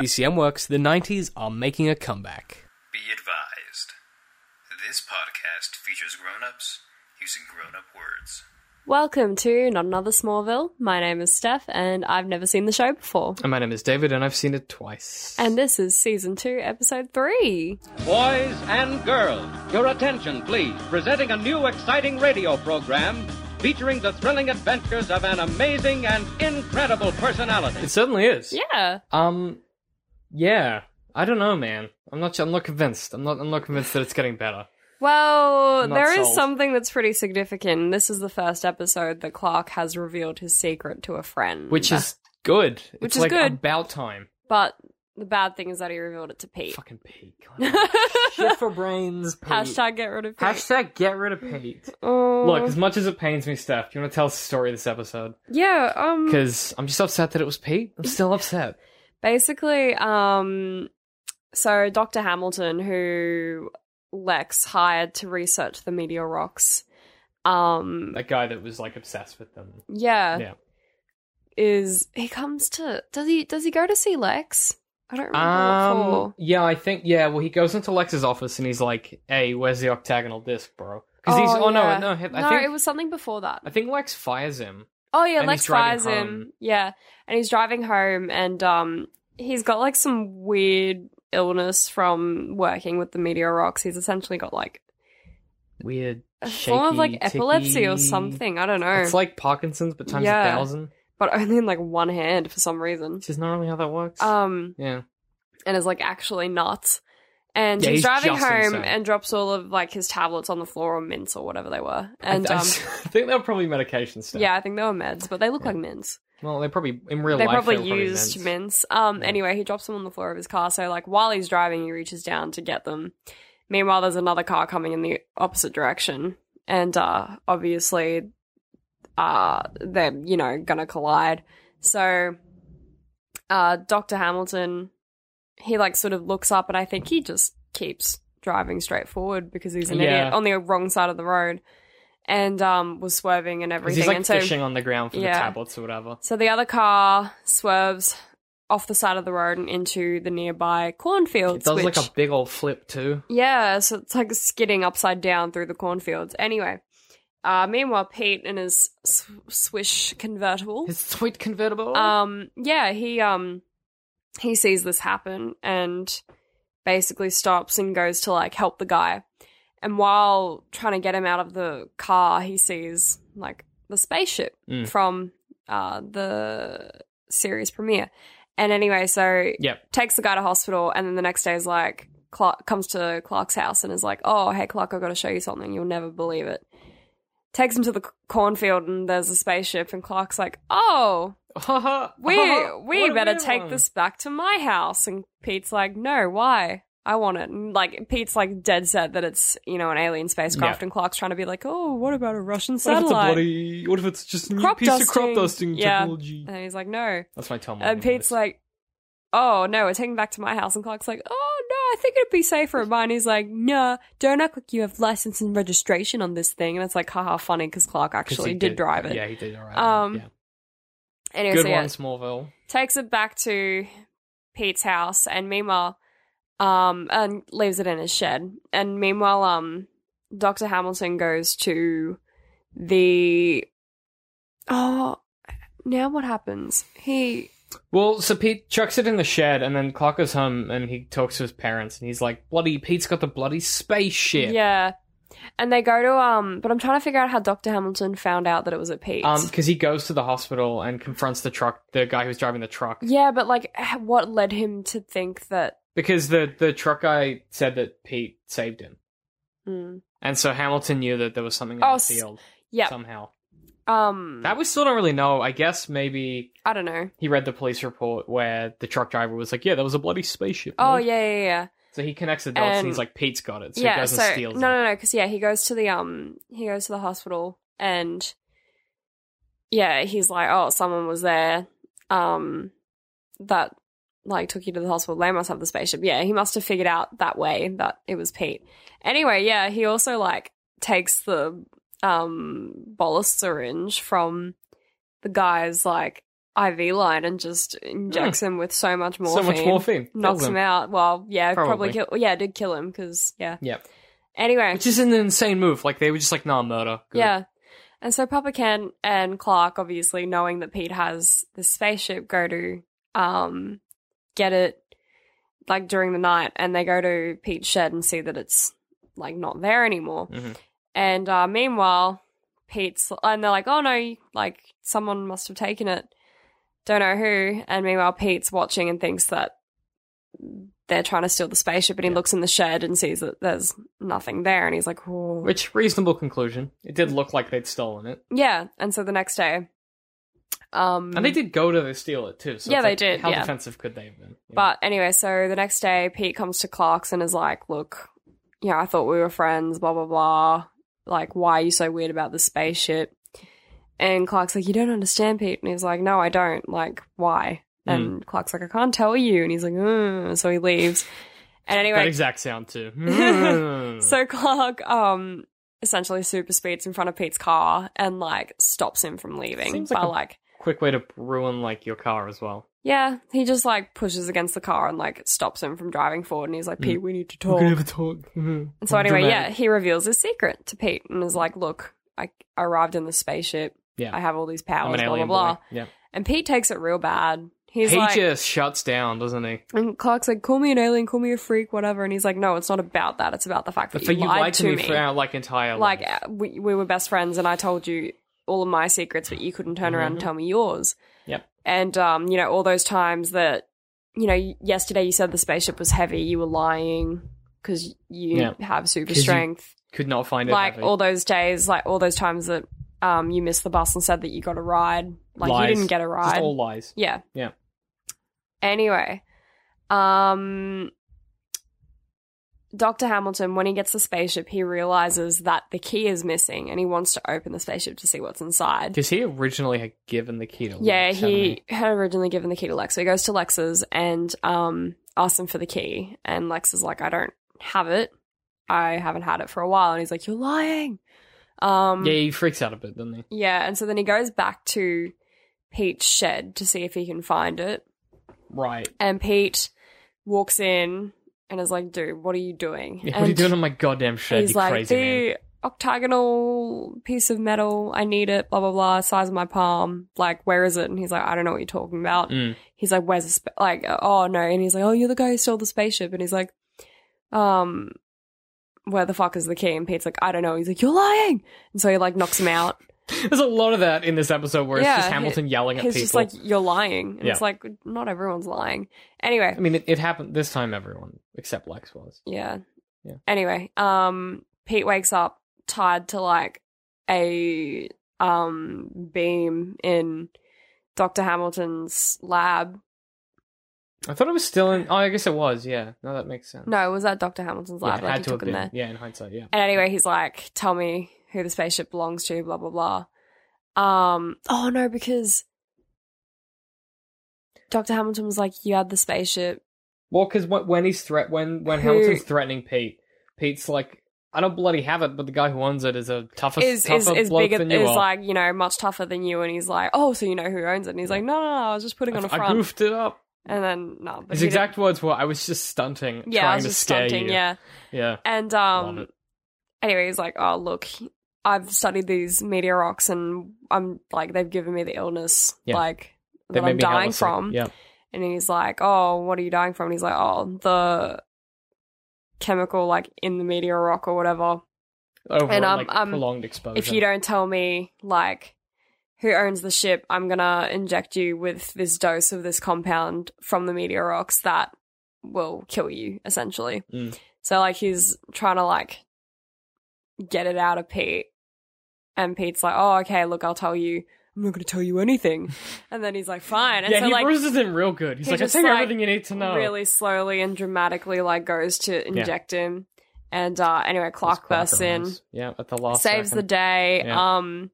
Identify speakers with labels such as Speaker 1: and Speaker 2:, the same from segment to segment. Speaker 1: DCM Works, the 90s are making a comeback.
Speaker 2: Be advised. This podcast features grown ups using grown up words.
Speaker 3: Welcome to Not Another Smallville. My name is Steph, and I've never seen the show before.
Speaker 1: And my name is David, and I've seen it twice.
Speaker 3: And this is season two, episode three.
Speaker 4: Boys and girls, your attention, please. Presenting a new exciting radio program featuring the thrilling adventures of an amazing and incredible personality.
Speaker 1: it certainly is.
Speaker 3: Yeah.
Speaker 1: Um, yeah. I don't know, man. I'm not. I'm not convinced. I'm not. I'm not convinced that it's getting better.
Speaker 3: Well,
Speaker 1: I'm not
Speaker 3: there is
Speaker 1: sold.
Speaker 3: something that's pretty significant. This is the first episode that Clark has revealed his secret to a friend.
Speaker 1: Which is good.
Speaker 3: Which
Speaker 1: it's
Speaker 3: is
Speaker 1: like
Speaker 3: good.
Speaker 1: About time.
Speaker 3: But the bad thing is that he revealed it to Pete.
Speaker 1: Fucking Pete. God. Shit for brains. Pete.
Speaker 3: Hashtag get rid of Pete.
Speaker 1: Hashtag get rid of Pete.
Speaker 3: Oh.
Speaker 1: Look, as much as it pains me, Steph, do you want to tell us a story this episode?
Speaker 3: Yeah, um.
Speaker 1: Because I'm just upset that it was Pete. I'm still upset.
Speaker 3: basically um so dr hamilton who lex hired to research the meteor rocks um
Speaker 1: That guy that was like obsessed with them.
Speaker 3: yeah,
Speaker 1: Yeah.
Speaker 3: is he comes to does he does he go to see lex i don't remember what
Speaker 1: Um.
Speaker 3: for
Speaker 1: Yeah, I think. Yeah. Well, he goes into Lex's office and he's like, "Hey, where's the octagonal disc, bro?" Because he's.
Speaker 3: Oh,
Speaker 1: Oh
Speaker 3: yeah.
Speaker 1: no, no. he- I
Speaker 3: no
Speaker 1: think
Speaker 3: it was something before that
Speaker 1: I think Lex fires him.
Speaker 3: oh yeah
Speaker 1: and
Speaker 3: lex
Speaker 1: he's driving
Speaker 3: fires him
Speaker 1: home.
Speaker 3: yeah and he's driving home and um he's got like some weird illness from working with the meteor rocks he's essentially got like
Speaker 1: Weird.
Speaker 3: a
Speaker 1: shaky,
Speaker 3: form of like epilepsy or
Speaker 1: ticky-
Speaker 3: something. I don't know.
Speaker 1: It's like Parkinson's, but times
Speaker 3: Yeah.
Speaker 1: a thousand.
Speaker 3: but only in like one hand for some reason.
Speaker 1: Which is normally how that works.
Speaker 3: Um,
Speaker 1: yeah.
Speaker 3: and is like actually nuts. And
Speaker 1: Yeah,
Speaker 3: he's,
Speaker 1: he's
Speaker 3: driving
Speaker 1: just
Speaker 3: home
Speaker 1: insane.
Speaker 3: and drops all of like his tablets on the floor or mints or whatever they were.
Speaker 1: I-
Speaker 3: And
Speaker 1: I,
Speaker 3: um,
Speaker 1: think they were probably medication stuff.
Speaker 3: yeah, I think they were meds, but they look like mints.
Speaker 1: Well, they probably in real
Speaker 3: They
Speaker 1: life
Speaker 3: probably
Speaker 1: they were
Speaker 3: used
Speaker 1: probably meds.
Speaker 3: mints. Um,
Speaker 1: Yeah.
Speaker 3: anyway, he drops them on the floor of his car. So like while he's driving, he reaches down to get them. Meanwhile, there's another car coming in the opposite direction, and uh, obviously, uh, they're you know gonna collide. So, uh, Doctor Hamilton, he like sort of looks up, and I think he just keeps driving straight forward because he's an
Speaker 1: Yeah.
Speaker 3: idiot on the wrong side of the road, and um, was swerving and
Speaker 1: 'Cause
Speaker 3: everything.
Speaker 1: He's like
Speaker 3: and so,
Speaker 1: fishing on the ground for
Speaker 3: Yeah.
Speaker 1: the tablets or whatever.
Speaker 3: so the other car swerves off the side of the road and into the nearby cornfields.
Speaker 1: It does
Speaker 3: which,
Speaker 1: like a big old flip too.
Speaker 3: yeah, so it's like skidding upside down through the cornfields. Anyway, uh, meanwhile Pete in his sw- swish convertible,
Speaker 1: His sweet convertible.
Speaker 3: um, yeah, he um he sees this happen and basically stops and goes to like help the guy. And while trying to get him out of the car, he sees like the spaceship
Speaker 1: Mm.
Speaker 3: from uh, the series premiere. And anyway, so
Speaker 1: Yep.
Speaker 3: takes the guy to hospital, and then the next day is like Clark comes to Clark's house and is like, "Oh, hey Clark, I've got to show you something. You'll never believe it." Takes him to the c- cornfield, and there's a spaceship, and Clark's like, "Oh, we we better take this back to my house." And Pete's like, "No, why?" I want it. And, like Pete's like dead set that it's you know an alien spacecraft,
Speaker 1: Yeah.
Speaker 3: and Clark's trying to be like, "Oh, what about a Russian
Speaker 1: What if it's a
Speaker 3: satellite?"
Speaker 1: bloody? What if it's just a new
Speaker 3: Crop
Speaker 1: piece of crop
Speaker 3: dusting.
Speaker 1: dusting
Speaker 3: Yeah.
Speaker 1: technology? Oh,
Speaker 3: and he's like, "No."
Speaker 1: That's my Tom.
Speaker 3: And Pete's like, "Oh no, we're taking it back to my house." And Clark's like, "Oh no, I think it'd be safer at mine." He's like, "No, don't act like you have license and registration on this thing." And it's like, haha, funny because Clark actually did, drive it.
Speaker 1: Yeah, he did. All right.
Speaker 3: Um,
Speaker 1: yeah.
Speaker 3: Anyway,
Speaker 1: Good
Speaker 3: so
Speaker 1: one,
Speaker 3: yeah,
Speaker 1: Smallville.
Speaker 3: takes it back to Pete's house, and meanwhile, um, and leaves it in his shed. And meanwhile, um, Doctor Hamilton goes to the oh. Now what happens? He
Speaker 1: Well, so Pete chucks it in the shed, and then Clark goes home, and he talks to his parents, and he's like, "Bloody Pete's got the bloody spaceship."
Speaker 3: Yeah. And they go to um but I'm trying to figure out how Dr. Hamilton found out that it was at Pete's.
Speaker 1: Um, because he goes to the hospital and confronts the truck, the guy who's driving the truck.
Speaker 3: yeah, but like h- what led him to think that
Speaker 1: Because the the truck guy said that Pete saved him,
Speaker 3: mm.
Speaker 1: and so Hamilton knew that there was something in
Speaker 3: Oh,
Speaker 1: the
Speaker 3: s-
Speaker 1: field
Speaker 3: Yeah.
Speaker 1: somehow.
Speaker 3: um
Speaker 1: That we still don't really know. I guess maybe
Speaker 3: I don't know.
Speaker 1: he read the police report where the truck driver was like, "Yeah, there was a bloody spaceship."
Speaker 3: Oh
Speaker 1: mate."
Speaker 3: yeah, yeah, yeah.
Speaker 1: So he connects the dots, and,
Speaker 3: And-
Speaker 1: he's like, "Pete's got it." So
Speaker 3: yeah,
Speaker 1: he goes
Speaker 3: so
Speaker 1: and steals
Speaker 3: no,
Speaker 1: it.
Speaker 3: no, no, because yeah, he goes to the um, he goes to the hospital, and yeah, he's like, oh, someone was there, um, that like took you to the hospital. They must have the spaceship. Yeah, he must have figured out that way that it was Pete. Anyway, yeah, he also like takes the um bolus syringe from the guy's like IV line and just injects him with so much morphine.
Speaker 1: So much morphine.
Speaker 3: Knocks
Speaker 1: Kills
Speaker 3: him out. Well, yeah, probably,
Speaker 1: Probably.
Speaker 3: kill. Yeah, it did kill him because yeah.
Speaker 1: Yeah.
Speaker 3: Anyway,
Speaker 1: Which is an insane move. Like, they were just like, nah, murder. Good.
Speaker 3: yeah. And so Papa Ken and Clark, obviously knowing that Pete has the spaceship, go to um get it like during the night, and they go to Pete's shed and see that it's like not there anymore.
Speaker 1: Mhm.
Speaker 3: And uh, meanwhile, Pete's and they're like, "Oh no, like someone must have taken it." Don't know who. And meanwhile, Pete's watching and thinks that they're trying to steal the spaceship. And he looks in the shed and sees that there's nothing there. And he's like, "Oh,
Speaker 1: Which, reasonable conclusion. It did look like they'd stolen it.
Speaker 3: yeah." And so the next day, um,
Speaker 1: And they did go to steal it, too. So
Speaker 3: Yeah,
Speaker 1: it's
Speaker 3: they
Speaker 1: like,
Speaker 3: did,
Speaker 1: How
Speaker 3: yeah.
Speaker 1: defensive could they have been? you know?
Speaker 3: But anyway, so the next day, Pete comes to Clark's and is like, "Look, you know, I thought we were friends. Blah blah blah. Like, why are you so weird about the spaceship?" And Clark's like, "You don't understand, Pete." And he's like, "No, I don't. Like, why?"
Speaker 1: Hmm.
Speaker 3: And Clark's like, "I can't tell you." And he's like, mm. "So he leaves." And
Speaker 1: That
Speaker 3: anyway,
Speaker 1: exact sound, too. Hmm.
Speaker 3: so Clark, um, essentially super speeds in front of Pete's car and like stops him from leaving
Speaker 1: Seems
Speaker 3: by
Speaker 1: like a-
Speaker 3: like
Speaker 1: Quick way to ruin, like, your car as well.
Speaker 3: Yeah, he just like pushes against the car and like stops him from driving forward, and he's like,
Speaker 1: Mm.
Speaker 3: "Pete, we need to talk."
Speaker 1: a talk. Hmm. And
Speaker 3: And so anyway, yeah, he reveals his secret to Pete and is like, "Look, I arrived in the spaceship.
Speaker 1: Yeah.
Speaker 3: I have all these
Speaker 1: I'm
Speaker 3: powers,
Speaker 1: an
Speaker 3: blah blah
Speaker 1: alien
Speaker 3: blah."
Speaker 1: boy. Yeah.
Speaker 3: And Pete takes it real bad. He's
Speaker 1: he
Speaker 3: like,
Speaker 1: just shuts down, doesn't he?
Speaker 3: and Clark's like, "Call me an alien, call me a freak, whatever." And he's like, "No, it's not about that. It's about the fact that
Speaker 1: For
Speaker 3: you, lied, to me.
Speaker 1: for our like entire
Speaker 3: like
Speaker 1: life.
Speaker 3: uh, we, we were best friends, and I told you all of my secrets, but you couldn't turn around and tell me yours."
Speaker 1: Mm-hmm. Yep.
Speaker 3: and um, you know all those times that you know y- yesterday you said the spaceship was heavy you were lying because you
Speaker 1: Yeah.
Speaker 3: have super
Speaker 1: 'Cause you
Speaker 3: strength
Speaker 1: could not find it.
Speaker 3: like
Speaker 1: heavy.
Speaker 3: all those days like all those times that um, you missed the bus and said that you got a ride like
Speaker 1: Lies.
Speaker 3: you didn't get a
Speaker 1: just
Speaker 3: ride
Speaker 1: all lies.
Speaker 3: yeah
Speaker 1: Yeah.
Speaker 3: anyway um Dr. Hamilton, when he gets the spaceship, he realizes that the key is missing and he wants to open the spaceship to see what's inside.
Speaker 1: Because he originally had given the key to.
Speaker 3: Yeah,
Speaker 1: Lex, hadn't
Speaker 3: he had originally given the key to Lex. So he goes to Lex's and um asks him for the key, and Lex is like, "I don't have it. I haven't had it for a while." And he's like, "You're lying." Um,
Speaker 1: Yeah, he freaks out a bit, doesn't he?
Speaker 3: yeah, and so then he goes back to Pete's shed to see if he can find it,
Speaker 1: Right.
Speaker 3: and Pete walks in and is like, "Dude, what are you doing?"
Speaker 1: Yeah,
Speaker 3: and
Speaker 1: what are you doing on my goddamn shed?
Speaker 3: he's
Speaker 1: You
Speaker 3: like,
Speaker 1: crazy man.
Speaker 3: "The octagonal piece of metal. I need it. Blah blah blah. Size of my palm. Like, where is it?" And he's like, "I don't know what you're talking about."
Speaker 1: Mm.
Speaker 3: he's like, "Where's the sp-? like?" Oh no! And he's like, "Oh, you're the guy who stole the spaceship." And he's like, "Um, where the fuck is the key?" And Pete's like, "I don't know." He's like, "You're lying!" And so he like knocks him out.
Speaker 1: There's a lot of that in this episode where
Speaker 3: Yeah,
Speaker 1: it's just Hamilton yelling at
Speaker 3: he's
Speaker 1: people.
Speaker 3: just like, "You're lying," and it's
Speaker 1: Yeah.
Speaker 3: like, not everyone's lying. Anyway,
Speaker 1: I mean, it, it happened this time. Everyone except Lex was.
Speaker 3: yeah,
Speaker 1: Yeah.
Speaker 3: Anyway, um, Pete wakes up tied to like a um beam in Doctor Hamilton's lab.
Speaker 1: I thought it was still in. Oh, I guess it was. Yeah. No, that makes sense.
Speaker 3: No, it was at Doctor Hamilton's
Speaker 1: yeah,
Speaker 3: lab.
Speaker 1: it
Speaker 3: like
Speaker 1: had
Speaker 3: he
Speaker 1: to have
Speaker 3: took him
Speaker 1: been.
Speaker 3: there.
Speaker 1: Yeah, in hindsight, yeah.
Speaker 3: And anyway, he's like, "Tell me who the spaceship belongs to." Blah blah blah. Um. Oh no, because Doctor Hamilton was like, "You had the spaceship."
Speaker 1: Well, because when he's threat when when
Speaker 3: Who-
Speaker 1: Hamilton's threatening Pete, Pete's like, I don't bloody have it, but the guy who owns it is a tougher
Speaker 3: Is is
Speaker 1: tougher
Speaker 3: is
Speaker 1: bloke
Speaker 3: bigger?
Speaker 1: than you
Speaker 3: Is
Speaker 1: are.
Speaker 3: like you know much tougher than you. And he's like, "Oh, so you know who owns it?" And he's like, "No, no, no I was just putting on a
Speaker 1: I,
Speaker 3: front."
Speaker 1: I goofed it up.
Speaker 3: And then no, but
Speaker 1: His
Speaker 3: he
Speaker 1: exact words were, "I was just stunting,
Speaker 3: didn't- yeah, I
Speaker 1: trying
Speaker 3: was
Speaker 1: to
Speaker 3: just
Speaker 1: scare
Speaker 3: stunting,
Speaker 1: you."
Speaker 3: yeah.
Speaker 1: yeah.
Speaker 3: And
Speaker 1: Love
Speaker 3: um,
Speaker 1: it.
Speaker 3: anyway, he's like, "Oh, look, I've studied these meteor rocks, and I'm like, they've given me the illness,
Speaker 1: Yeah.
Speaker 3: like
Speaker 1: They
Speaker 3: that
Speaker 1: made
Speaker 3: I'm
Speaker 1: me
Speaker 3: dying
Speaker 1: hella sick.
Speaker 3: from."
Speaker 1: Yeah,
Speaker 3: And he's like, "Oh, what are you dying from?" And he's like, "Oh, the chemical like in the meteor rock or whatever.
Speaker 1: over
Speaker 3: And, um,
Speaker 1: like,
Speaker 3: um,
Speaker 1: prolonged exposure.
Speaker 3: If you don't tell me like who owns the ship, I'm going to inject you with this dose of this compound from the meteor rocks that will kill you essentially."
Speaker 1: Mm.
Speaker 3: So like he's trying to like get it out of Pete. And Pete's like, "Oh, okay, look, I'll tell you. I'm not going to tell you anything." and then he's like, "Fine." And
Speaker 1: yeah,
Speaker 3: so
Speaker 1: he
Speaker 3: like
Speaker 1: bruises him real good. He's
Speaker 3: he
Speaker 1: like, "I
Speaker 3: just,
Speaker 1: take
Speaker 3: like,
Speaker 1: everything you need to know."
Speaker 3: really slowly and dramatically like goes to inject him and uh anyway
Speaker 1: That's
Speaker 3: clark
Speaker 1: quite
Speaker 3: bursts in
Speaker 1: nice. Yeah, at the last
Speaker 3: saves the
Speaker 1: second.
Speaker 3: day
Speaker 1: Yeah.
Speaker 3: um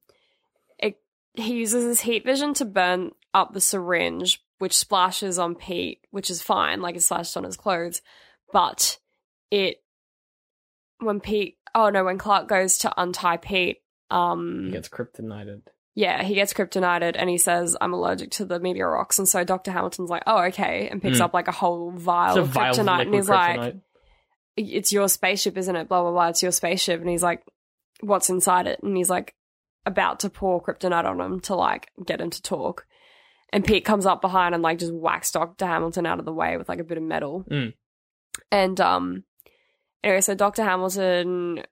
Speaker 3: it, he uses his heat vision to burn up the syringe which splashes on pete which is fine like it splashed on his clothes but it when pete oh no when clark goes to untie pete um
Speaker 1: He gets kryptonited.
Speaker 3: yeah, he gets kryptonited and he says, I'm allergic to the meteor rocks. And so Dr. Hamilton's like, oh, okay. And picks
Speaker 1: Mm.
Speaker 3: up like a whole vial
Speaker 1: It's a
Speaker 3: of
Speaker 1: vial of
Speaker 3: Oh, kryptonite. And
Speaker 1: liquid
Speaker 3: he's like,
Speaker 1: kryptonite.
Speaker 3: it's your spaceship, isn't it? Blah, blah, blah. It's your spaceship. And he's like, what's inside it? And he's like, about to pour kryptonite on him to like get him to talk. And Pete comes up behind and like just whacks Dr. Hamilton out of the way with like a bit of metal.
Speaker 1: Mm.
Speaker 3: And, um, anyway, so Dr. Hamilton.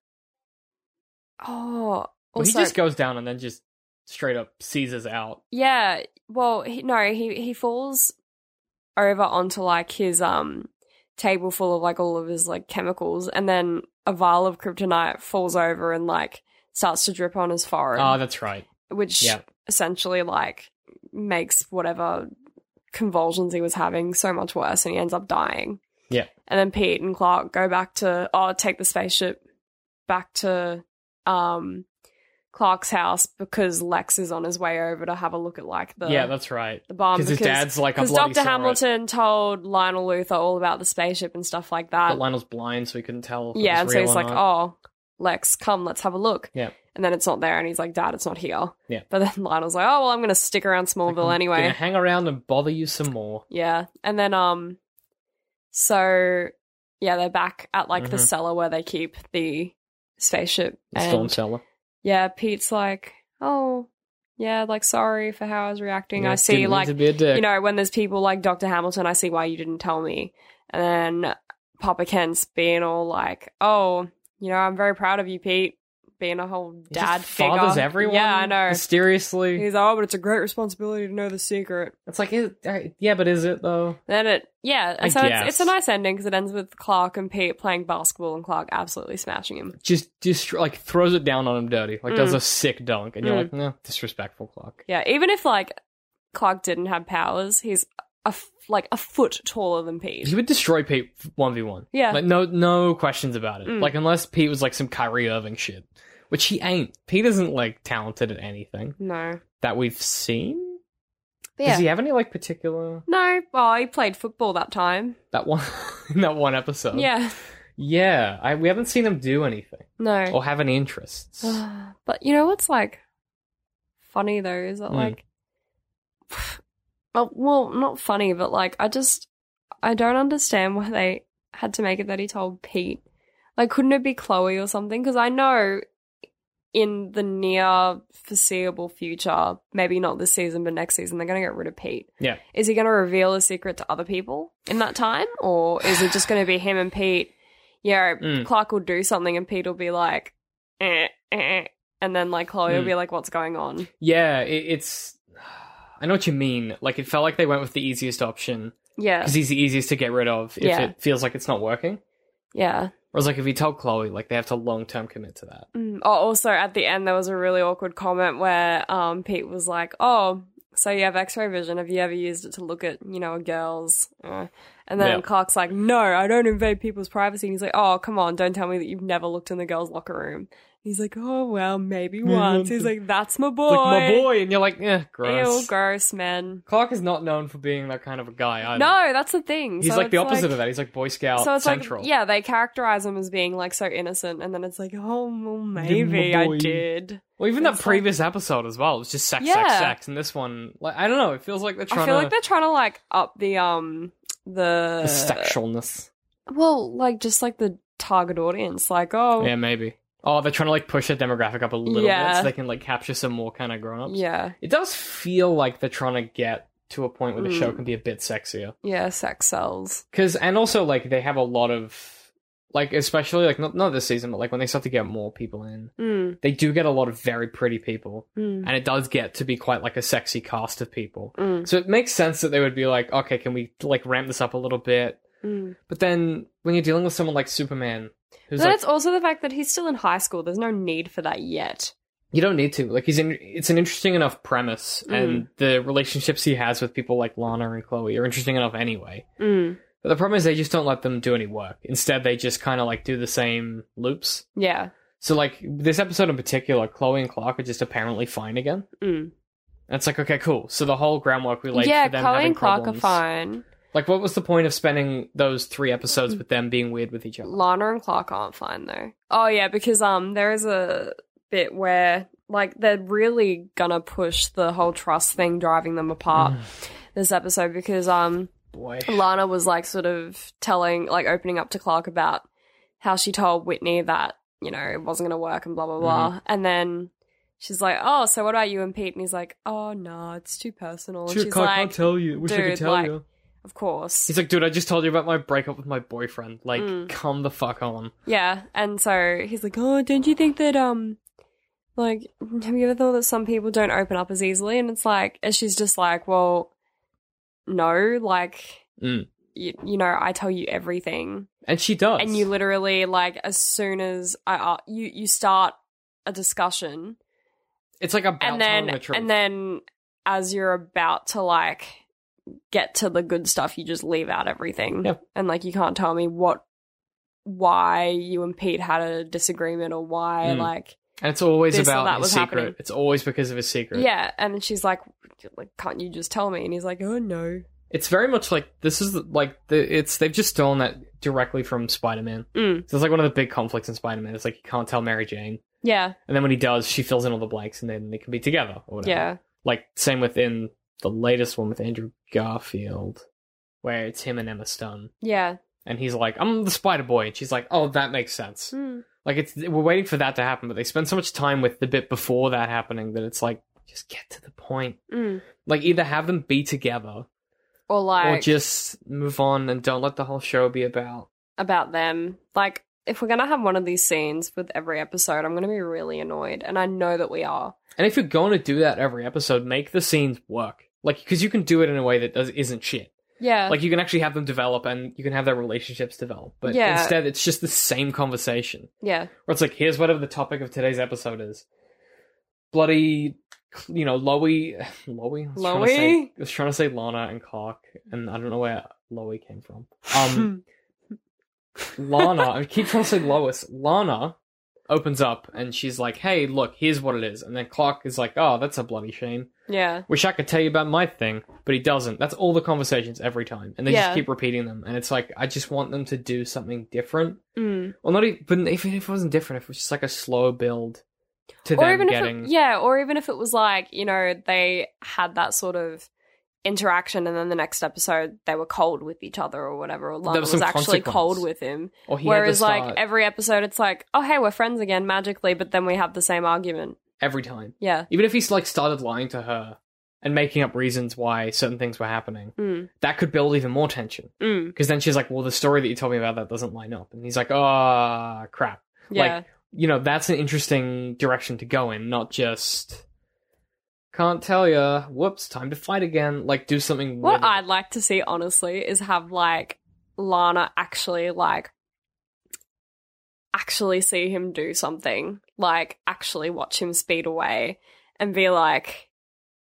Speaker 3: Oh,
Speaker 1: Well, he
Speaker 3: also,
Speaker 1: just goes down and then just straight up seizes out.
Speaker 3: yeah. Well, he, no, he he falls over onto like his um table full of like all of his like chemicals, and then a vial of kryptonite falls over and like starts to drip on his forehead,
Speaker 1: Oh, that's right.
Speaker 3: which
Speaker 1: yeah.
Speaker 3: essentially like makes whatever convulsions he was having so much worse, and he ends up dying.
Speaker 1: Yeah.
Speaker 3: And then Pete and Clark go back to oh, take the spaceship back to um. Clark's house because Lex is on his way over to have a look at like the
Speaker 1: yeah, that's right.
Speaker 3: the bomb
Speaker 1: Because his dad's like a
Speaker 3: because
Speaker 1: bloody saw
Speaker 3: Doctor
Speaker 1: it.
Speaker 3: Hamilton told Lionel Luther all about the spaceship and stuff like that.
Speaker 1: But Lionel's blind, so he couldn't tell. If
Speaker 3: yeah,
Speaker 1: it
Speaker 3: and
Speaker 1: was
Speaker 3: so
Speaker 1: real
Speaker 3: he's
Speaker 1: or
Speaker 3: like,
Speaker 1: not.
Speaker 3: "Oh, Lex, come, let's have a look."
Speaker 1: Yeah.
Speaker 3: and then it's not there, and he's like, "Dad, it's not here."
Speaker 1: Yeah. um,
Speaker 3: but then Lionel's like, "Oh, well, I'm going to stick around Smallville anyway."
Speaker 1: Gonna hang around and bother you some more.
Speaker 3: Yeah, and then um, so yeah, they're back at like the
Speaker 1: Mhm.
Speaker 3: cellar where they keep the spaceship.
Speaker 1: Storm
Speaker 3: And
Speaker 1: cellar.
Speaker 3: yeah, Pete's like, "Oh, yeah, like sorry for how I was reacting.
Speaker 1: Yeah,
Speaker 3: I see,
Speaker 1: didn't mean
Speaker 3: like
Speaker 1: to be a dick.
Speaker 3: you know, when there's people like Dr. Hamilton, I see why you didn't tell me. And then Papa Kent's being all like, oh, you know, I'm very proud of you, Pete, being a whole
Speaker 1: He just
Speaker 3: dad figure.
Speaker 1: fathers everyone.
Speaker 3: Yeah, I know.
Speaker 1: Mysteriously,
Speaker 3: He's like, oh, but it's a great responsibility to know the secret.
Speaker 1: it's like, is, alright, yeah, but is it though?
Speaker 3: Then it, yeah, and
Speaker 1: I
Speaker 3: so it's, it's a
Speaker 1: guess.
Speaker 3: nice ending because it ends with Clark and Pete playing basketball and Clark absolutely smashing him.
Speaker 1: Just, just like throws it down on him dirty. Like does
Speaker 3: Mm.
Speaker 1: a sick dunk, and you're like, no, disrespectful clock.
Speaker 3: Yeah, even if like Clark didn't have powers, he's a f- like a foot taller than Pete.
Speaker 1: He would destroy Pete one v one.
Speaker 3: Yeah.
Speaker 1: like no, no questions about it.
Speaker 3: Mm.
Speaker 1: Like unless Pete was like some Kyrie Irving shit, which he ain't. Pete isn't like talented at anything
Speaker 3: No.
Speaker 1: that we've seen.
Speaker 3: But yeah.
Speaker 1: Does he have any like particular
Speaker 3: no, well, he played football that time.
Speaker 1: that one in that one episode?
Speaker 3: yeah.
Speaker 1: yeah. I, we haven't seen him do anything
Speaker 3: No.
Speaker 1: or have any interests.
Speaker 3: but you know what's like funny though is that
Speaker 1: Hmm.
Speaker 3: like well, well not funny but like i just i don't understand why they had to make it that he told pete like couldn't it be chloe or something because i know in the near foreseeable future maybe not this season but next season they're going to get rid of pete
Speaker 1: Yeah.
Speaker 3: is he going to reveal a secret to other people in that time or is it just going to be him and pete yeah
Speaker 1: Mm.
Speaker 3: clark will do something and pete will be like eh, eh, and then like Chloe will
Speaker 1: Mm.
Speaker 3: be like, "What's going on?"
Speaker 1: Yeah, it, it's. I know what you mean. Like it felt like they went with the easiest option
Speaker 3: Yeah,
Speaker 1: because he's the easiest to get rid of if
Speaker 3: Yeah.
Speaker 1: it feels like it's not working.
Speaker 3: yeah.
Speaker 1: Whereas like if you tell Chloe, like they have to long term commit to that.
Speaker 3: Mm. Oh, also at the end there was a really awkward comment where um Pete was like, "Oh, so you have X-ray vision? Have you ever used it to look at you know a girl's?" Uh, and then
Speaker 1: Yeah.
Speaker 3: Clark's like, "No, I don't invade people's privacy." And he's like, "Oh, come on, don't tell me that you've never looked in the girls' locker room." He's like, "Oh well, maybe once." He's like, "That's my boy."
Speaker 1: It's like my boy, and you're like, eh, gross.
Speaker 3: Ew, gross, man.
Speaker 1: Clark is not known for being that kind of a guy. Either.
Speaker 3: No, that's the thing.
Speaker 1: he's
Speaker 3: So
Speaker 1: like the
Speaker 3: it's
Speaker 1: opposite of that. He's like Boy Scout
Speaker 3: so it's
Speaker 1: Central.
Speaker 3: like yeah they characterize him as being like so innocent and then it's like oh well, maybe
Speaker 1: my
Speaker 3: i
Speaker 1: boy.
Speaker 3: did
Speaker 1: Well, even that
Speaker 3: It's like-
Speaker 1: previous episode as well. It was just sex, sex,
Speaker 3: Yeah.
Speaker 1: sex, and this one, like, I don't know. It feels like they're trying
Speaker 3: i feel
Speaker 1: to
Speaker 3: like they're trying to like up the um the,
Speaker 1: the sexualness.
Speaker 3: well like just like the target audience like oh
Speaker 1: Yeah, maybe. Oh, they're trying to like push their demographic up a little bit so
Speaker 3: Yeah.
Speaker 1: they can like capture some more kind of grown ups.
Speaker 3: yeah
Speaker 1: It does feel like they're trying to get to a point where the show
Speaker 3: Mm.
Speaker 1: can be a bit sexier.
Speaker 3: yeah sex sells
Speaker 1: Cause and also like they have a lot of like especially like not not this season, but like when they start to get more people in,
Speaker 3: mm,
Speaker 1: they do get a lot of very pretty people.
Speaker 3: mm,
Speaker 1: And it does get to be quite like a sexy cast of people.
Speaker 3: mm,
Speaker 1: So it makes sense that they would be like, okay, can we like ramp this up a little bit?
Speaker 3: mm.
Speaker 1: But then when you're dealing with someone like Superman, who's
Speaker 3: But
Speaker 1: like
Speaker 3: it's also the fact that he's still in high school there's no need for that yet
Speaker 1: You don't need to. Like he's in it's an interesting enough premise
Speaker 3: Mm.
Speaker 1: and the relationships he has with people like Lana and Chloe are interesting enough anyway.
Speaker 3: mm.
Speaker 1: But the problem is they just don't let them do any work. Instead they just kinda like do the same loops.
Speaker 3: yeah
Speaker 1: So like this episode in particular, Chloe and Clark are just apparently fine again.
Speaker 3: mm.
Speaker 1: And it's like, okay, cool. So the whole groundwork we laid
Speaker 3: yeah
Speaker 1: for them
Speaker 3: chloe
Speaker 1: having
Speaker 3: and clark
Speaker 1: problems.
Speaker 3: are fine
Speaker 1: Like what was the point of spending those three episodes
Speaker 3: Mm.
Speaker 1: with them being weird with each other?
Speaker 3: Lana and Clark aren't fine though. Oh yeah, because um there is a bit where like they're really gonna push the whole trust thing driving them apart
Speaker 1: Mm.
Speaker 3: this episode because um
Speaker 1: Boy.
Speaker 3: Lana was like sort of telling, like opening up to Clark about how she told Whitney that, you know, it wasn't going to work and blah, blah, blah.
Speaker 1: Mm-hmm.
Speaker 3: And then she's like, oh, so what about you and Pete? And he's like, oh, no, it's too personal. and she's
Speaker 1: I
Speaker 3: like,
Speaker 1: can't tell you. Wish I could
Speaker 3: dude,
Speaker 1: tell
Speaker 3: like-
Speaker 1: you.
Speaker 3: of course.
Speaker 1: He's like, dude, I just told you about my breakup with my boyfriend. Like,
Speaker 3: Mm.
Speaker 1: come the fuck on.
Speaker 3: yeah. And so he's like, oh, don't you think that, um, like, have you ever thought that some people don't open up as easily? And it's like, and she's just like, well, no, like,
Speaker 1: Mm.
Speaker 3: you, you know, I tell you everything.
Speaker 1: And she does.
Speaker 3: and you literally like as soon as I uh, you you start a discussion
Speaker 1: it's like about
Speaker 3: and then
Speaker 1: telling the truth.
Speaker 3: and then as you're about to like get to the good stuff you just leave out everything
Speaker 1: Yep.
Speaker 3: and like you can't tell me what why you and Pete had a disagreement or why
Speaker 1: Mm.
Speaker 3: like
Speaker 1: And it's always
Speaker 3: this or
Speaker 1: about
Speaker 3: that
Speaker 1: his
Speaker 3: was
Speaker 1: secret.
Speaker 3: happening.
Speaker 1: It's always because of his secret.
Speaker 3: yeah and she's like like can't you just tell me and he's like oh no
Speaker 1: It's very much like this is like the it's they've just stolen that directly from Spider Man.
Speaker 3: Mm.
Speaker 1: So it's like one of the big conflicts in Spider Man. It's like he can't tell Mary Jane.
Speaker 3: yeah
Speaker 1: And then when he does, she fills in all the blanks and then they can be together or whatever.
Speaker 3: yeah
Speaker 1: Like same within the latest one with Andrew Garfield, where it's him and Emma Stone.
Speaker 3: yeah
Speaker 1: And he's like, I'm the Spider Boy. And she's like, Oh, that makes sense.
Speaker 3: Mm.
Speaker 1: Like it's we're waiting for that to happen, but they spend so much time with the bit before that happening that it's like, just get to the point.
Speaker 3: Mm.
Speaker 1: Like either have them be together
Speaker 3: or like
Speaker 1: or just move on and don't let the whole show be about
Speaker 3: about them. Like, if we're gonna have one of these scenes with every episode, I'm gonna be really annoyed, and I know that we are.
Speaker 1: and if you're going to do that every episode make the scenes work like because you can do it in a way that does, isn't shit
Speaker 3: Yeah,
Speaker 1: like you can actually have them develop and you can have their relationships develop but
Speaker 3: Yeah.
Speaker 1: instead it's just the same conversation
Speaker 3: yeah,
Speaker 1: where it's like here's whatever the topic of today's episode is bloody you know lowy lowy I was trying to say-
Speaker 3: Lowy?
Speaker 1: i was trying to say lana and clark and i don't know where lowy came from um Lana, I keep trying to say Lois. Lana opens up and she's like, "Hey, look, here's what it is." And then Clark is like, "Oh, that's a bloody shame.
Speaker 3: yeah,
Speaker 1: Wish I could tell you about my thing, but he doesn't." That's all the conversations every time, and they
Speaker 3: Yeah.
Speaker 1: just keep repeating them. And it's like, I just want them to do something different.
Speaker 3: mm.
Speaker 1: Well, not even, but even if it wasn't different, if it was just like a slow build to
Speaker 3: or
Speaker 1: them
Speaker 3: even
Speaker 1: getting.
Speaker 3: if it, yeah, or even if it was like you know they had that sort of interaction, and then the next episode they were cold with each other or whatever, or Lana
Speaker 1: was
Speaker 3: was,
Speaker 1: some
Speaker 3: actually
Speaker 1: consequence.
Speaker 3: cold with him.
Speaker 1: or he had to
Speaker 3: Whereas like
Speaker 1: start
Speaker 3: every episode, it's like, oh hey, we're friends again magically, but then we have the same argument.
Speaker 1: every time,
Speaker 3: Yeah,
Speaker 1: even if he's like started lying to her and making up reasons why certain things were happening,
Speaker 3: mm.
Speaker 1: that could build even more tension.
Speaker 3: Mm.
Speaker 1: Because then she's like, well, the story that you told me about that doesn't line up. And he's like, ah, crap.
Speaker 3: yeah,
Speaker 1: You know, that's an interesting direction to go in, not just, can't tell ya, whoops, time to fight again. Like, do something
Speaker 3: What
Speaker 1: with it.
Speaker 3: I'd like to see, honestly, is have like Lana actually like actually see him do something, like actually watch him speed away and be like,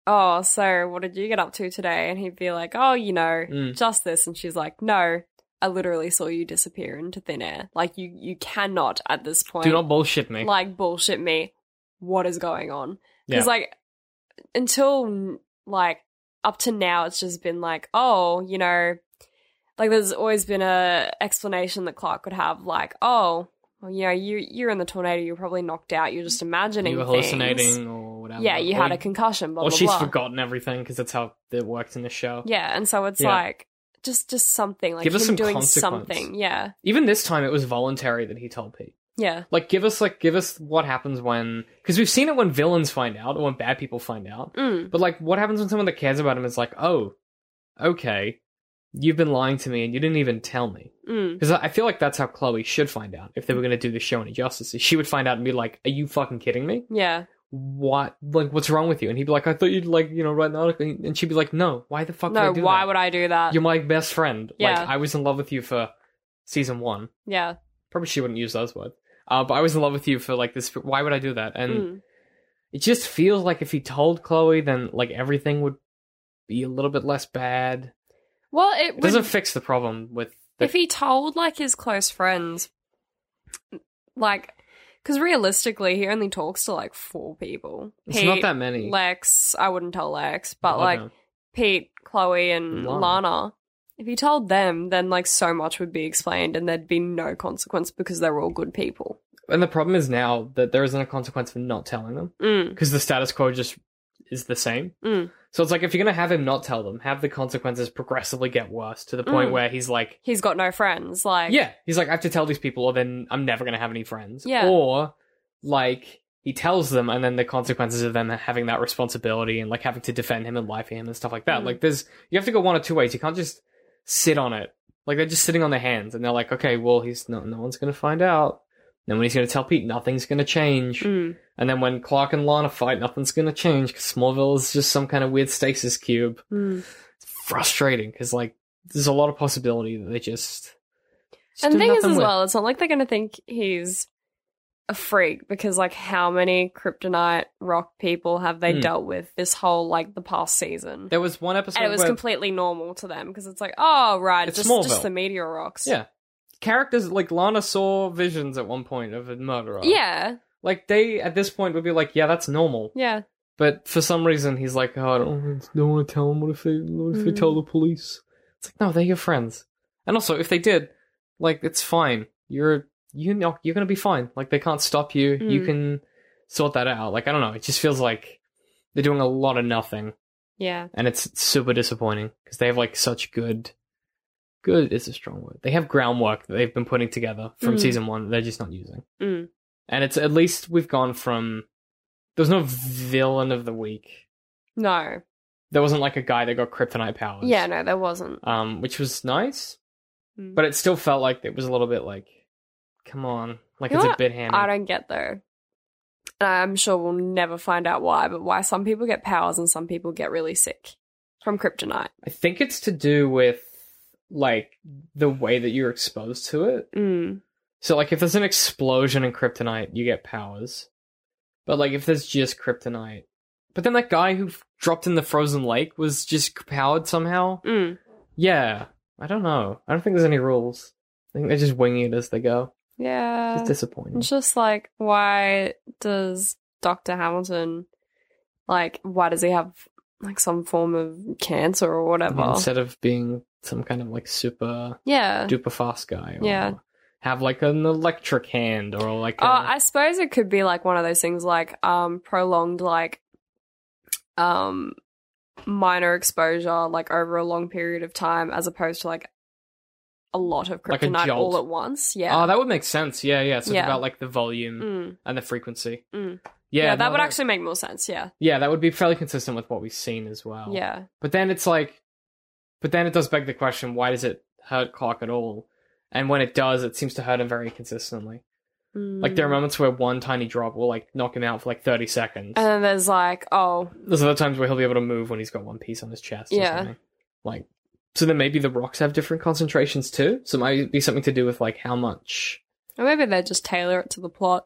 Speaker 3: "Oh, so what did you get up to today?" And he'd be like, "Oh, you know,
Speaker 1: Mm.
Speaker 3: just this," and she's like, "No." I literally saw you disappear into thin air. Like you, you cannot at this point
Speaker 1: Do not bullshit me.
Speaker 3: like bullshit me what is going on
Speaker 1: Yeah.
Speaker 3: because like until like up to now it's just been like oh you know like there's always been a explanation that clark would have like oh well, you know you you're in the tornado you're probably knocked out you're just imagining
Speaker 1: you were
Speaker 3: things.
Speaker 1: hallucinating or whatever.
Speaker 3: yeah you
Speaker 1: or,
Speaker 3: had a concussion blah
Speaker 1: Or
Speaker 3: blah
Speaker 1: she's
Speaker 3: blah
Speaker 1: forgotten everything because that's how it works in the show.
Speaker 3: yeah and so it's
Speaker 1: Yeah.
Speaker 3: like just just something like
Speaker 1: Give us some
Speaker 3: him doing
Speaker 1: consequence.
Speaker 3: something yeah
Speaker 1: Even this time, it was voluntary that he told Pete.
Speaker 3: yeah
Speaker 1: Like, give us, like, give us what happens when. Because we've seen it when villains find out or when bad people find out.
Speaker 3: mm.
Speaker 1: But like, what happens when someone that cares about him is like, "Oh, okay, you've been lying to me, and you didn't even tell me."
Speaker 3: Mm.
Speaker 1: Because I I feel like that's how Chloe should find out if they were going to do the show any justice. She would find out and be like, "Are you fucking kidding me?
Speaker 3: yeah
Speaker 1: What? Like, what's wrong with you?" And he'd be like, "I thought you'd like, you know, write an article." And she'd be like, "No, why the fuck?
Speaker 3: no
Speaker 1: would I do
Speaker 3: why
Speaker 1: that?
Speaker 3: would i do that
Speaker 1: You're my best friend.
Speaker 3: Uh, Yeah.
Speaker 1: Like, I was in love with you for season one.
Speaker 3: yeah
Speaker 1: Probably she wouldn't use those words." Uh, but I was in love with you for like this. Why would I do that? And
Speaker 3: Mm.
Speaker 1: it just feels like if he told Chloe, then like everything would be a little bit less bad.
Speaker 3: well it
Speaker 1: It
Speaker 3: would
Speaker 1: doesn't fix the problem with the,
Speaker 3: if he told like his close friends like because realistically he only talks to like four people
Speaker 1: it's
Speaker 3: He-
Speaker 1: not that many.
Speaker 3: lex i wouldn't tell lex but
Speaker 1: I
Speaker 3: like
Speaker 1: know.
Speaker 3: pete chloe and
Speaker 1: Lana.
Speaker 3: lana. if he told them then like so much would be explained and there'd be no consequence because they're all good people
Speaker 1: And the problem is now that there isn't a consequence for not telling them
Speaker 3: Mm.
Speaker 1: because the status quo just is the same.
Speaker 3: Mm.
Speaker 1: So it's like if you're gonna have him not tell them, have the consequences progressively get worse to the point
Speaker 3: Mm.
Speaker 1: where he's like,
Speaker 3: He's got no friends. Like,
Speaker 1: yeah, he's like, I have to tell these people, or then I'm never gonna have any friends.
Speaker 3: Yeah.
Speaker 1: Or like he tells them, and then the consequences of them having that responsibility and like having to defend him and lie for him and stuff like that.
Speaker 3: Mm.
Speaker 1: Like there's you have to go one or two ways. You can't just sit on it. Like they're just sitting on their hands, and they're like, okay, well, he's no, no one's gonna find out. Then when he's gonna tell Pete, nothing's gonna change.
Speaker 3: Mm.
Speaker 1: And then when Clark and Lana fight, nothing's gonna change because Smallville is just some kind of weird stasis cube.
Speaker 3: Mm.
Speaker 1: It's frustrating because like there's a lot of possibility that they just. just
Speaker 3: And
Speaker 1: do
Speaker 3: the thing is,
Speaker 1: nothing
Speaker 3: as
Speaker 1: with.
Speaker 3: well, it's not like they're going to think he's a freak because, like, how many kryptonite rock people have they
Speaker 1: Mm.
Speaker 3: dealt with this whole, like, the past season?
Speaker 1: There was one episode
Speaker 3: and it was
Speaker 1: where
Speaker 3: completely normal to them because it's like, oh, right,
Speaker 1: It's
Speaker 3: just,
Speaker 1: Smallville.
Speaker 3: just the meteor rocks.
Speaker 1: Yeah. characters like Lana saw visions at one point of a murderer.
Speaker 3: Yeah.
Speaker 1: like they at this point would be like, yeah, that's normal.
Speaker 3: Yeah.
Speaker 1: But for some reason, he's like, oh, I don't, don't want to tell them. What if they what if they
Speaker 3: Mm.
Speaker 1: tell the police? It's like, no, they're your friends. And also, if they did, like, it's fine. You're you know you're gonna be fine. Like, they can't stop you. You
Speaker 3: Mm.
Speaker 1: can sort that out. Like, I don't know. It just feels like they're doing a lot of nothing,
Speaker 3: Yeah.
Speaker 1: and it's super disappointing because they have like such good. Good is a strong word. They have groundwork that they've been putting together from
Speaker 3: Mm.
Speaker 1: season one. that They're just not using.
Speaker 3: Mm.
Speaker 1: And it's at least we've gone from there was no villain of the week.
Speaker 3: No.
Speaker 1: There wasn't like a guy that got kryptonite powers.
Speaker 3: Yeah, no, there wasn't.
Speaker 1: Um, which was nice,
Speaker 3: Mm.
Speaker 1: but it still felt like it was a little bit like, come on, like
Speaker 3: You
Speaker 1: it's
Speaker 3: know
Speaker 1: a bit hammy.
Speaker 3: I don't get though. And I'm sure we'll never find out why, but why some people get powers and some people get really sick from kryptonite.
Speaker 1: I think it's to do with like the way that you're exposed to it.
Speaker 3: Mm.
Speaker 1: So like if there's an explosion in kryptonite, you get powers. But like if there's just kryptonite, but then that guy who f- dropped in the frozen lake was just powered somehow.
Speaker 3: Mm.
Speaker 1: Yeah, I don't know. I don't think there's any rules. I think they're just winging it as they go.
Speaker 3: Yeah.
Speaker 1: It's disappointing.
Speaker 3: It's just like, why does Dr. Hamilton, like, why does he have, like, some form of cancer or whatever?
Speaker 1: Instead of being some kind of like super
Speaker 3: yeah.
Speaker 1: duper fast guy, or
Speaker 3: Uh, Yeah.
Speaker 1: have like an electric hand or like a,
Speaker 3: Oh, I suppose it could be like one of those things like um prolonged like um minor exposure like over a long period of time as opposed to like a lot of
Speaker 1: Like a
Speaker 3: kryptonite
Speaker 1: jolt.
Speaker 3: all at once. Yeah.
Speaker 1: Oh, that would make sense. Yeah, yeah. So it's
Speaker 3: Yeah.
Speaker 1: about like the volume
Speaker 3: Mm.
Speaker 1: and the frequency.
Speaker 3: Mm.
Speaker 1: Yeah,
Speaker 3: that
Speaker 1: no,
Speaker 3: would actually make more sense. Yeah.
Speaker 1: Yeah, that would be fairly consistent with what we've seen as well.
Speaker 3: Yeah.
Speaker 1: But then it's like, but then it does beg the question: Why does it hurt Clark at all? And when it does, it seems to hurt him very consistently. Like
Speaker 3: Hmm.
Speaker 1: there are moments where one tiny drop will like knock him out for like thirty seconds.
Speaker 3: Mm. And then there's like, oh,
Speaker 1: There's other times where he'll be able to move when he's got one piece on his chest. Or
Speaker 3: Yeah.
Speaker 1: something. Like, so then maybe the rocks have different concentrations too. So it might be something to do with like how much.
Speaker 3: or maybe they just tailor it to the plot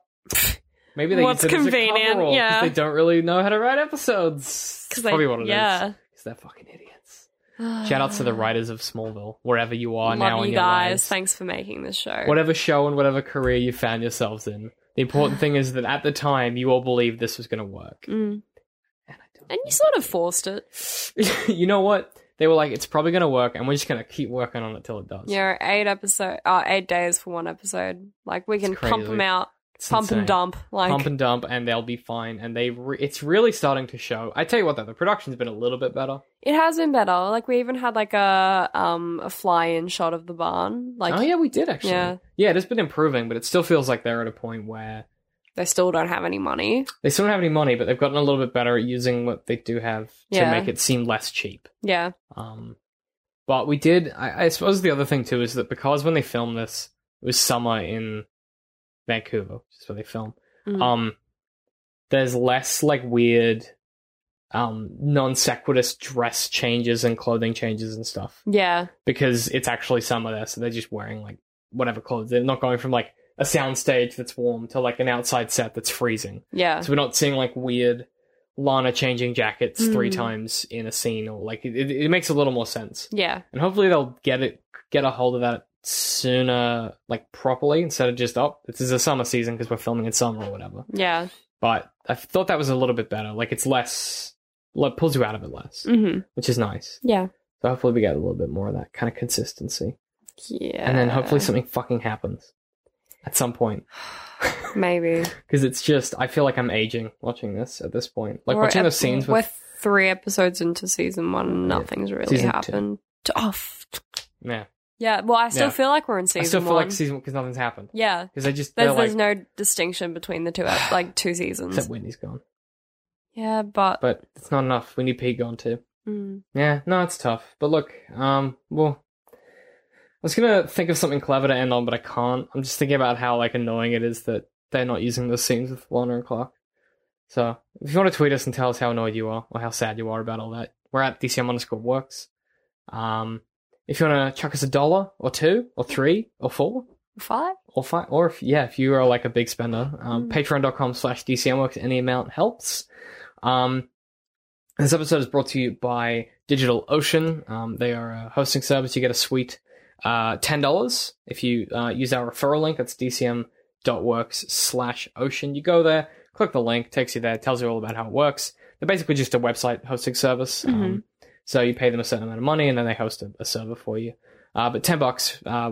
Speaker 1: Maybe they
Speaker 3: What's
Speaker 1: use it as a
Speaker 3: convenient,
Speaker 1: coverall 'cause
Speaker 3: yeah.
Speaker 1: they don't really know how to write episodes.
Speaker 3: because
Speaker 1: probably what it is.
Speaker 3: yeah.
Speaker 1: Because they're fucking idiots. Shout outs to the writers of Smallville, wherever you are
Speaker 3: Uh, Love
Speaker 1: now
Speaker 3: you
Speaker 1: in your
Speaker 3: guys.
Speaker 1: lives.
Speaker 3: Thanks for making this show.
Speaker 1: whatever show and whatever career you found yourselves in. The important thing is that at the time you all believed this was going to work. And
Speaker 3: Mm.
Speaker 1: I don't
Speaker 3: And you sort of forced it.
Speaker 1: you know what? They were like, it's probably going to work, and we're just going to keep working on it till it does.
Speaker 3: You know, eight episode, uh, eight days for one episode. Like we
Speaker 1: It's
Speaker 3: can pump
Speaker 1: crazy.
Speaker 3: them out,
Speaker 1: It's
Speaker 3: pump
Speaker 1: insane.
Speaker 3: and dump. Like
Speaker 1: pump and dump, and they'll be fine. And they, re- it's really starting to show. I tell you what, though, the production's been a little bit better.
Speaker 3: it has been better. Like we even had like a um a fly in shot of the barn. Like
Speaker 1: oh yeah, we did actually.
Speaker 3: Yeah.
Speaker 1: yeah, it has been improving, but it still feels like they're at a point where
Speaker 3: they still don't have any money.
Speaker 1: they still don't have any money, but they've gotten a little bit better at using what they do have to
Speaker 3: Yeah.
Speaker 1: make it seem less cheap.
Speaker 3: Yeah.
Speaker 1: Um, but we did. I, I suppose the other thing too is that because when they filmed this, it was summer in Vancouver, which is where they film.
Speaker 3: Mm.
Speaker 1: Um, there's less like weird, um, non sequitur dress changes and clothing changes and stuff
Speaker 3: Yeah.
Speaker 1: because it's actually summer there, so they're just wearing like whatever clothes. They're not going from like a soundstage that's warm to like an outside set that's freezing.
Speaker 3: Yeah.
Speaker 1: So we're not seeing like weird Lana changing jackets three
Speaker 3: Mm.
Speaker 1: times in a scene, or like it, it, it makes a little more sense.
Speaker 3: yeah.
Speaker 1: And hopefully they'll get it, get a hold of that sooner, like properly, instead of just oh, this is a summer season because we're filming in summer or whatever.
Speaker 3: Yeah.
Speaker 1: But I thought that was a little bit better. Like it's less, like pulls you out of it less,
Speaker 3: hmm
Speaker 1: which is nice.
Speaker 3: Yeah.
Speaker 1: So hopefully we get a little bit more of that kind of consistency,
Speaker 3: Yeah.
Speaker 1: and then hopefully something fucking happens. at some point
Speaker 3: Maybe.
Speaker 1: because it's just I feel like I'm aging watching this at this point. Like watching
Speaker 3: ep-
Speaker 1: those scenes
Speaker 3: We're
Speaker 1: with
Speaker 3: three episodes into season one, and
Speaker 1: Yeah.
Speaker 3: nothing's really
Speaker 1: Season two.
Speaker 3: happened. T- Oh, f-
Speaker 1: yeah.
Speaker 3: yeah. Well, I still
Speaker 1: Yeah.
Speaker 3: feel like we're in season
Speaker 1: I still feel
Speaker 3: one.
Speaker 1: like season because nothing's happened
Speaker 3: yeah.
Speaker 1: because they just
Speaker 3: There's,
Speaker 1: they're
Speaker 3: there's
Speaker 1: like
Speaker 3: no distinction between the two, ep- like two seasons.
Speaker 1: except Wendy's gone,
Speaker 3: yeah, but,
Speaker 1: but it's not enough. We need Pete gone too.
Speaker 3: mm,
Speaker 1: Yeah, no, it's tough. But look, um, well, I was gonna think of something clever to end on, but I can't. I'm just thinking about how like annoying it is that they're not using those scenes with Lana and Clark. So if you want to tweet us and tell us how annoyed you are or how sad you are about all that, we're at DCM underscore works. Um, if you want to chuck us a dollar or two or three or four
Speaker 3: five.
Speaker 1: or five or if yeah, if you are like a big spender, um,
Speaker 3: Mm.
Speaker 1: patreon.com slash DCMworks, any amount helps. Um, this episode is brought to you by Digital Ocean. Um, they are a hosting service. You get a sweet uh, $10 if you uh, use our referral link. That's dcm.works slash ocean. You go there, click the link, takes you there, tells you all about how it works. They're basically just a website hosting service. Um, so you pay them a certain amount of money and then they host a, a server for you. Uh, but 10 bucks uh,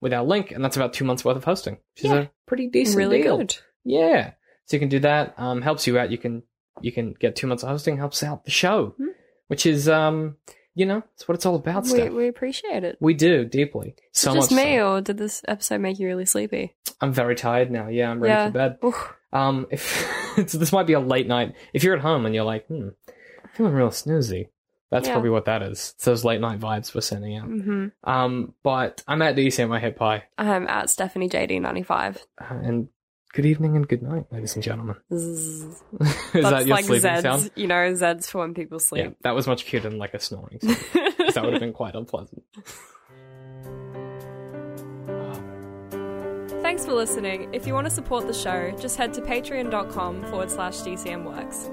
Speaker 1: with our link, and that's about two months worth of hosting, which is
Speaker 3: Yeah.
Speaker 1: a pretty decent
Speaker 3: really
Speaker 1: deal.
Speaker 3: good.
Speaker 1: Yeah. So you can do that. Um, helps you out. You can you can get two months of hosting. Helps out the show,
Speaker 3: Hmm.
Speaker 1: which is um, you know, it's what it's all about.
Speaker 3: We,
Speaker 1: stuff
Speaker 3: we appreciate it.
Speaker 1: we do deeply.
Speaker 3: It's
Speaker 1: So
Speaker 3: just
Speaker 1: much.
Speaker 3: me,
Speaker 1: so.
Speaker 3: or did this episode make you really sleepy?
Speaker 1: I'm very tired now. Yeah, I'm ready
Speaker 3: Yeah.
Speaker 1: for bed.
Speaker 3: Oof.
Speaker 1: Um, if so this might be a late night. If you're at home and you're like, hmm, feeling real snoozy. That's
Speaker 3: Yeah.
Speaker 1: probably what that is. It's those late night vibes we're sending out.
Speaker 3: hmm
Speaker 1: Um, but I'm at DCM, I hit pie.
Speaker 3: I'm Um, at Stephanie JD95.
Speaker 1: Uh, and good evening and good night, ladies and gentlemen.
Speaker 3: Zzz.
Speaker 1: is
Speaker 3: That's
Speaker 1: that your
Speaker 3: like
Speaker 1: sleeping
Speaker 3: Zeds,
Speaker 1: sound?
Speaker 3: you know, Zeds for when people sleep.
Speaker 1: Yeah, that was much cuter than like a snoring sound. 'cause that would have been quite unpleasant.
Speaker 3: Thanks for listening. If you want to support the show, just head to patreon.com forward slash DCMworks.